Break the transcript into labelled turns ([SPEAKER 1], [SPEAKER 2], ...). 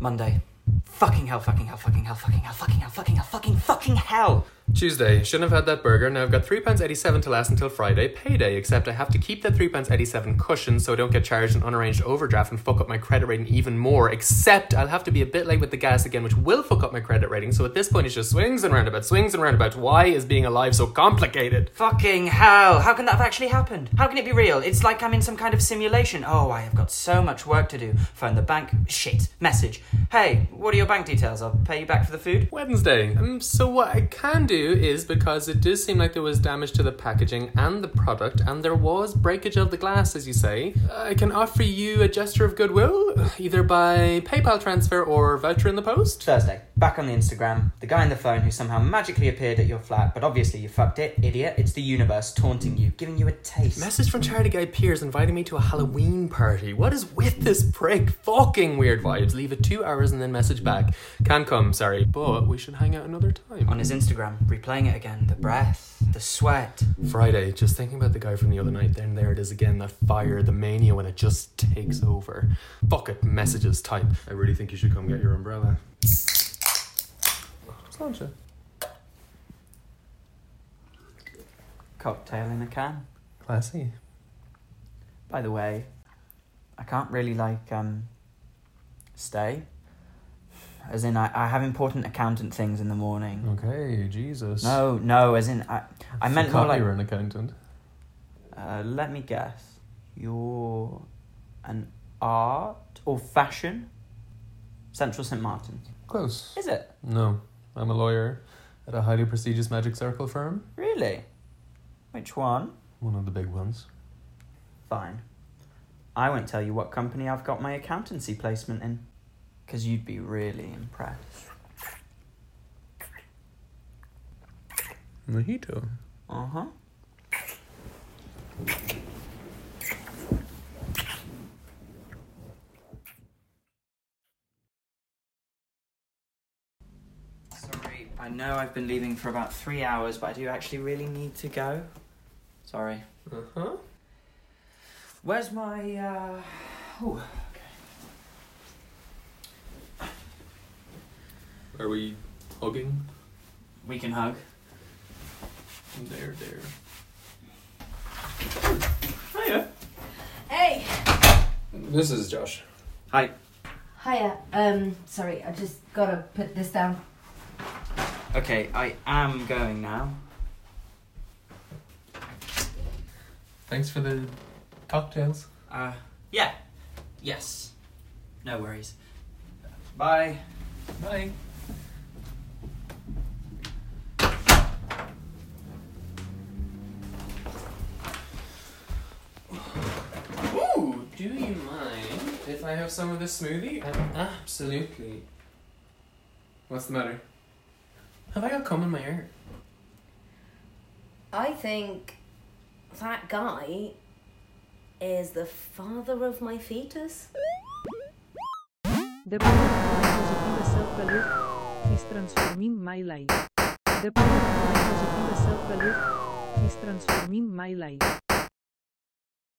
[SPEAKER 1] Monday. Fucking hell, fucking hell, fucking hell, fucking hell, fucking hell, fucking hell, fucking fucking hell.
[SPEAKER 2] Tuesday. Shouldn't have had that burger. Now I've got three pounds eighty-seven to last until Friday payday. Except I have to keep that three pounds eighty-seven cushion so I don't get charged an unarranged overdraft and fuck up my credit rating even more. Except I'll have to be a bit late with the gas again, which will fuck up my credit rating. So at this point, it's just swings and roundabouts, swings and roundabouts. Why is being alive so complicated?
[SPEAKER 1] Fucking hell. How can that have actually happened? How can it be real? It's like I'm in some kind of simulation. Oh, I have got so much work to do. Phone the bank. Shit. Message. Hey, what are your bank details? I'll pay you back for the food.
[SPEAKER 2] Wednesday. Um, so what I can do is because it does seem like there was damage to the packaging and the product, and there was breakage of the glass, as you say. I can offer you a gesture of goodwill, either by PayPal transfer or voucher in the post.
[SPEAKER 1] Thursday. Back on the Instagram. The guy on the phone who somehow magically appeared at your flat, but obviously you fucked it, idiot. It's the universe taunting you, giving you a taste.
[SPEAKER 2] Message from Charity Guy Piers inviting me to a Halloween party. What is with this prick? Fucking weird vibes. Leave it two hours and then message back. Can come, sorry, but we should hang out another time.
[SPEAKER 1] on his Instagram, replaying it again. The breath, the sweat.
[SPEAKER 2] Mm-hmm. Friday, just thinking about the guy from the other night, then there it is again, that fire, the mania when it just takes over. Fuck it, messages type. I really think you should come get your umbrella. Just launch it.
[SPEAKER 1] Cocktail in a can.
[SPEAKER 2] Classy.
[SPEAKER 1] By the way, I can't really like um stay. As in I, I have important accountant things in the morning.
[SPEAKER 2] Oh, Okay, Jesus.
[SPEAKER 1] No, no, as in I I meant more
[SPEAKER 2] Forgot
[SPEAKER 1] like
[SPEAKER 2] you were an accountant.
[SPEAKER 1] uh, let me guess. You're an art or fashion? Central St. Martin's.
[SPEAKER 2] Close.
[SPEAKER 1] Is it?
[SPEAKER 2] No, I'm a lawyer at a highly prestigious magic circle firm.
[SPEAKER 1] Really? Which one?
[SPEAKER 2] One of the big ones.
[SPEAKER 1] Fine. I won't tell you what company I've got my accountancy placement in. Because you'd be really impressed.
[SPEAKER 2] Mojito.
[SPEAKER 1] Uh huh. Sorry, I know I've been leaving for about three hours, but I do actually really need to go. Sorry.
[SPEAKER 2] Uh huh.
[SPEAKER 1] Where's my. Uh... Ooh, okay.
[SPEAKER 2] Are we hugging?
[SPEAKER 1] We can hug.
[SPEAKER 2] There, there.
[SPEAKER 1] Hiya.
[SPEAKER 3] Hey!
[SPEAKER 2] This is Josh.
[SPEAKER 1] Hi.
[SPEAKER 3] Hiya. Um, sorry, I just gotta put this down.
[SPEAKER 1] Okay, I am going now.
[SPEAKER 2] Thanks for the cocktails.
[SPEAKER 1] Uh, yeah. Yes. No worries. Bye.
[SPEAKER 2] Bye. Ooh, do you mind if I have some of this smoothie? absolutely. What's the matter? Have I got cum in my hair?
[SPEAKER 3] I think that guy is the father of my fetus.
[SPEAKER 4] The power of self belief is transforming my life. The power of self belief is transforming my life.